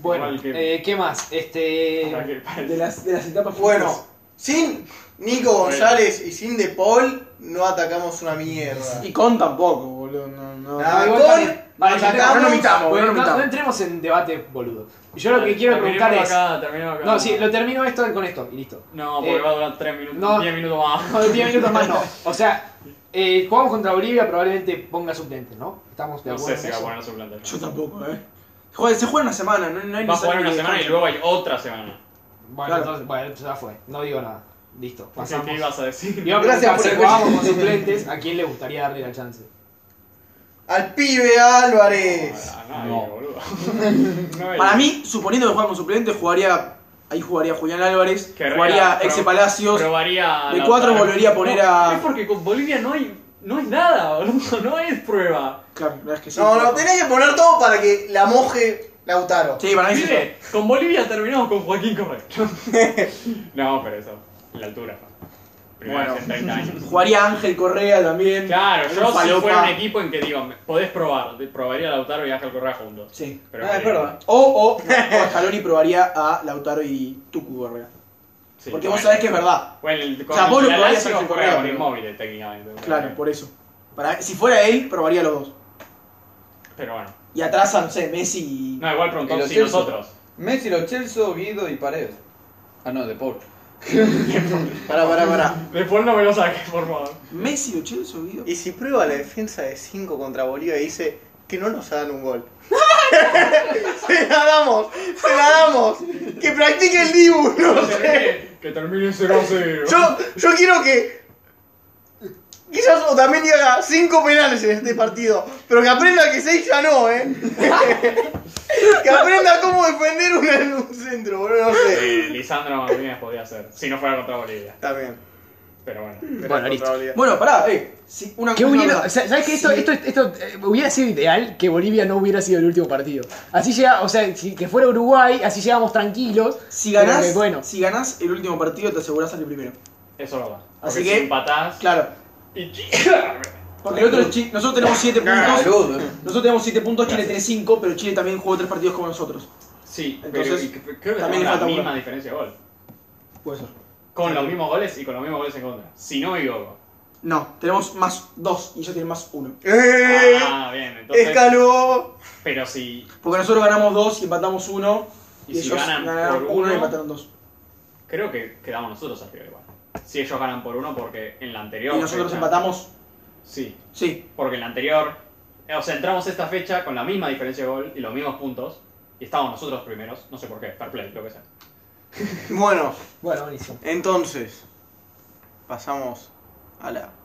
Speaker 4: Bueno,
Speaker 2: Igual que-
Speaker 4: eh, ¿qué más?
Speaker 2: Para que
Speaker 4: Este.
Speaker 2: parezca.
Speaker 6: De las, de las etapas
Speaker 3: Bueno, sin Nico González y sin De Paul, no atacamos una mierda.
Speaker 6: Y con tampoco, boludo. No, no.
Speaker 3: Nada,
Speaker 4: igual
Speaker 3: con.
Speaker 4: también. Vale,
Speaker 3: atacamos.
Speaker 6: no nos mitamos,
Speaker 4: Bueno,
Speaker 6: no
Speaker 4: no,
Speaker 6: nos mitamos.
Speaker 4: no entremos en debate, boludo. Yo lo que quiero
Speaker 2: Terminemos
Speaker 4: preguntar es.
Speaker 2: acá, terminemos acá.
Speaker 4: No, sí, lo termino esto con esto y listo.
Speaker 2: No, porque
Speaker 4: Eh,
Speaker 2: va a durar 3 minutos,
Speaker 4: no.
Speaker 2: 10 minutos más.
Speaker 4: No, de 10 minutos más no. O sea, eh, jugamos contra Bolivia, probablemente ponga suplentes, ¿no? Estamos de
Speaker 2: No
Speaker 4: acuerdo.
Speaker 2: sé
Speaker 4: en
Speaker 2: si va a poner
Speaker 4: eso?
Speaker 2: su plantel.
Speaker 6: Yo tampoco, eh. Joder, se juega una semana, no, no hay
Speaker 2: Va a
Speaker 6: necesidad
Speaker 2: jugar una
Speaker 6: de-
Speaker 2: semana y luego hay otra semana.
Speaker 4: Bueno,
Speaker 6: Claro.
Speaker 4: entonces, bueno, ya fue. No digo nada. Listo.
Speaker 2: Así
Speaker 4: Pasamos.
Speaker 2: que ibas a decir.
Speaker 4: Iba a
Speaker 5: Gracias
Speaker 4: preguntar
Speaker 5: por
Speaker 4: si
Speaker 5: escuchar.
Speaker 4: jugábamos con suplentes, ¿a quién le gustaría darle la chance?
Speaker 3: Al pibe Álvarez.
Speaker 2: A nadie,
Speaker 5: No.
Speaker 4: <laughs>
Speaker 2: boludo. No hay-
Speaker 6: Para mí, suponiendo que juega con suplente, jugaría. Ahí jugaría Julián Álvarez,
Speaker 2: Que
Speaker 6: jugaría
Speaker 2: prob-
Speaker 6: Exe Palacios.
Speaker 2: probaría
Speaker 6: de
Speaker 2: la
Speaker 6: cuatro
Speaker 2: otra.
Speaker 6: volvería a poner
Speaker 2: No,
Speaker 6: a-
Speaker 2: Es porque con Bolivia no hay, no hay nada, boludo. No es prueba.
Speaker 6: Claro, la verdad es que sí.
Speaker 3: No, no, tenés que poner todo para que la moje Lautaro.
Speaker 6: Sí, para mí sí.
Speaker 2: Mire, con Bolivia terminamos con Joaquín
Speaker 6: <laughs>
Speaker 2: Correcto. no, pero eso. La altura. Primera
Speaker 6: Bueno.
Speaker 2: vez en 30 años.
Speaker 6: Jugaría Ángel Correa también.
Speaker 2: Claro,
Speaker 6: Un
Speaker 2: yo si
Speaker 6: falopa.
Speaker 2: fuera un equipo en que digo, me- podés probar, te- probaría a Lautaro y Ángel Correa juntos.
Speaker 6: Sí.
Speaker 2: Pero
Speaker 5: Ah, es
Speaker 2: Bolivia-
Speaker 5: verdad.
Speaker 6: O, o, o Scaloni probaría a Lautaro y Tucu Correa.
Speaker 2: sí,
Speaker 6: Porque
Speaker 2: bueno.
Speaker 6: vos sabés que es verdad.
Speaker 2: Bueno, el,
Speaker 6: sea, vos lo
Speaker 2: la
Speaker 6: podrías
Speaker 2: Lazio
Speaker 6: hacer
Speaker 2: se juega
Speaker 6: con Correa,
Speaker 2: con
Speaker 6: pero-
Speaker 2: inmóviles técnicamente.
Speaker 6: Claro, por eso. Para, si fuera él, probaría a los dos.
Speaker 2: Pero bueno.
Speaker 6: Y atrás a, no sé, Messi y.
Speaker 2: No, igual
Speaker 5: Y
Speaker 2: pronto
Speaker 5: los
Speaker 2: si
Speaker 5: Chelsea.
Speaker 2: nosotros.
Speaker 5: Messi, Lo Celso, Guido y Paredes. Ah, no, de Paul.
Speaker 6: Pará, pará, pará.
Speaker 2: Después no me lo saques, por
Speaker 6: <laughs>
Speaker 2: favor.
Speaker 6: Messi, lo chido subido.
Speaker 3: Y si prueba la defensa de 5 contra Bolivia y dice que no nos hagan un <laughs> gol. se la damos, se la damos. Que practique el Dibu, no sé.
Speaker 2: que termine 0 a 0.
Speaker 3: Yo, yo quiero que. Quizás o también haga 5 penales en este partido. Pero que aprenda que 6 ya no, eh. <laughs> que aprenda cómo defender un, un centro, boludo, no sé.
Speaker 2: Eh, Lisandro Martínez podría hacer, si no fuera contra Bolivia.
Speaker 3: También.
Speaker 2: Pero bueno.
Speaker 3: pero
Speaker 7: Bueno,
Speaker 3: es
Speaker 7: listo.
Speaker 3: contra Bolivia.
Speaker 6: Bueno, pará, eh. Sí, una
Speaker 7: ¿Qué
Speaker 6: una
Speaker 7: hubiera-
Speaker 6: verdad.
Speaker 7: sa- ¿Sabes que esto,
Speaker 6: Sí.
Speaker 7: esto, esto, eh, hubiera sido ideal que Bolivia no hubiera sido el último partido? Así llega, o sea, si- que fuera Uruguay, así llegamos tranquilos.
Speaker 6: Si
Speaker 7: pero
Speaker 6: ganás,
Speaker 7: que, bueno,
Speaker 6: si ganás el último partido, te asegurás el primero.
Speaker 2: Eso es verdad.
Speaker 6: Así
Speaker 2: Porque
Speaker 6: que-
Speaker 2: Si empatás.
Speaker 6: Claro.
Speaker 2: Y...
Speaker 6: Porque el otro, Chi- nosotros tenemos 7 puntos.
Speaker 5: Salud.
Speaker 6: Nosotros tenemos 7 puntos, Chile tiene 5, pero Chile también jugó 3 partidos como nosotros.
Speaker 2: <laughs> sí, pero
Speaker 6: Entonces,
Speaker 2: y cre- creo que también
Speaker 6: también le
Speaker 2: la
Speaker 6: falta uno.
Speaker 2: misma diferencia de gol.
Speaker 6: Puede ser.
Speaker 2: Con los mismos goles y con los mismos goles en contra. Si no me equivoco.
Speaker 6: No, tenemos más 2 y ellos tienen más 1.
Speaker 3: ¡Eh!
Speaker 2: Ah, bien, entonces.
Speaker 3: ¡Escaló!
Speaker 2: Pero si.
Speaker 6: Porque nosotros ganamos 2 y empatamos 1.
Speaker 2: Y
Speaker 6: Y,
Speaker 2: si
Speaker 6: ellos
Speaker 2: ganan
Speaker 6: ganaron
Speaker 2: por
Speaker 6: 1 y
Speaker 2: uno,
Speaker 6: empataron 2.
Speaker 2: Creo que quedamos nosotros arriba igual. Si ellos ganan por uno, porque en la
Speaker 6: Y
Speaker 2: anterior.
Speaker 6: nosotros
Speaker 2: fecha-
Speaker 6: empatamos.
Speaker 2: Sí,
Speaker 6: Sí,
Speaker 2: porque en la anterior. O sea, entramos esta fecha con la misma diferencia de gol y los mismos puntos. Y estábamos nosotros primeros. No sé por qué. Fair play, lo que sea.
Speaker 3: Bueno,
Speaker 4: Bueno, buenísimo.
Speaker 3: entonces. Pasamos a la